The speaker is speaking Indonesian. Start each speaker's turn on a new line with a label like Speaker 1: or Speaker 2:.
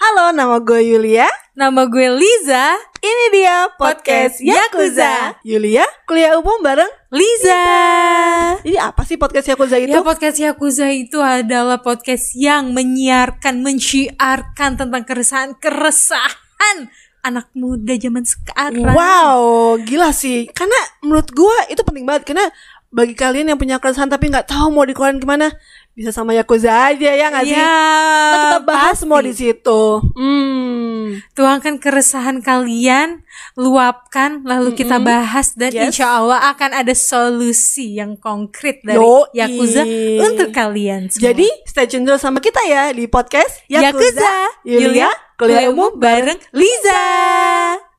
Speaker 1: Halo, nama gue Yulia.
Speaker 2: Nama gue Liza.
Speaker 1: Ini dia podcast
Speaker 2: Podcast
Speaker 1: Yakuza. Yulia, kuliah umum bareng.
Speaker 2: Liza.
Speaker 1: Ini apa sih podcast Yakuza itu?
Speaker 2: Ya podcast Yakuza itu adalah podcast yang menyiarkan, mensyiarkan tentang keresahan-keresahan anak muda zaman sekarang.
Speaker 1: wow, gila sih. Karena menurut gue itu penting banget karena bagi kalian yang punya keresahan tapi nggak tahu mau dikeluarin gimana, bisa sama Yakuza aja ya nggak sih?
Speaker 2: Ya,
Speaker 1: Nah, kita bahas semua di situ. Hmm.
Speaker 2: tuangkan keresahan kalian, luapkan, lalu kita bahas dan
Speaker 1: Yes.
Speaker 2: insya Allah akan ada solusi yang konkret dari
Speaker 1: Yoi.
Speaker 2: Yakuza untuk kalian semua.
Speaker 1: Jadi stay tune terus sama kita ya di podcast
Speaker 2: Yakuza,
Speaker 1: Yakuza. Yulia, kuliah umum
Speaker 2: bareng Liza.